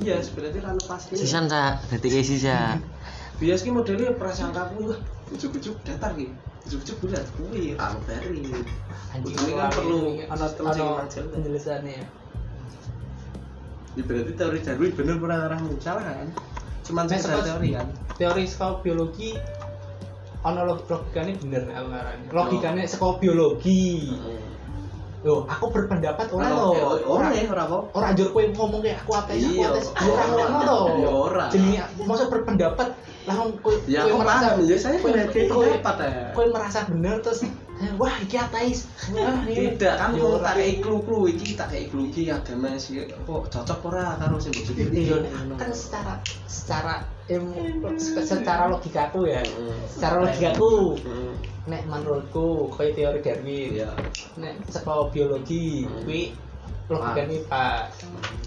bias berarti kan pasti sisan ta berarti kayak sisa bias ki modelnya prasangkaku wah ujuk-ujuk datar ki ujuk-ujuk berat kuwi anu bari Anjing, ini kan wah, perlu ini anak ana ana penjelasannya ya. ya berarti teori Darwin bener pernah arah salah kan cuman Mas, sekedar mas. teori kan Teori saka biologi ana log- logikanya bener aku ngarani. Oh. Logikanya saka biologi. Loh, aku berpendapat Orang- ora lo. eh, Orang ya, orang apa? Ora anjur kowe ngomong kayak aku ateis, aku Iya. ateis. Ya ora ngono to. Ya, ora. Jenenge masa berpendapat langsung kowe Ya kowe aku paham, ya saya kowe- menghargai kowe- pendapat ya kowe merasa bener terus "Eh, wah iki ateis. Wah, ini- Tidak, kan Ya, mau ora. tak kayak klu-klu iki, tak kayak klu iki agama sih Kok cocok ora karo sing bujuk iki Iya, kan secara secara ilmu secara logika tuh ya Heeh. secara logika tuh Heeh. nek menurutku kaya teori Darwin Iya nek saka biologi Hmm. kuwi logika Ah. nih pak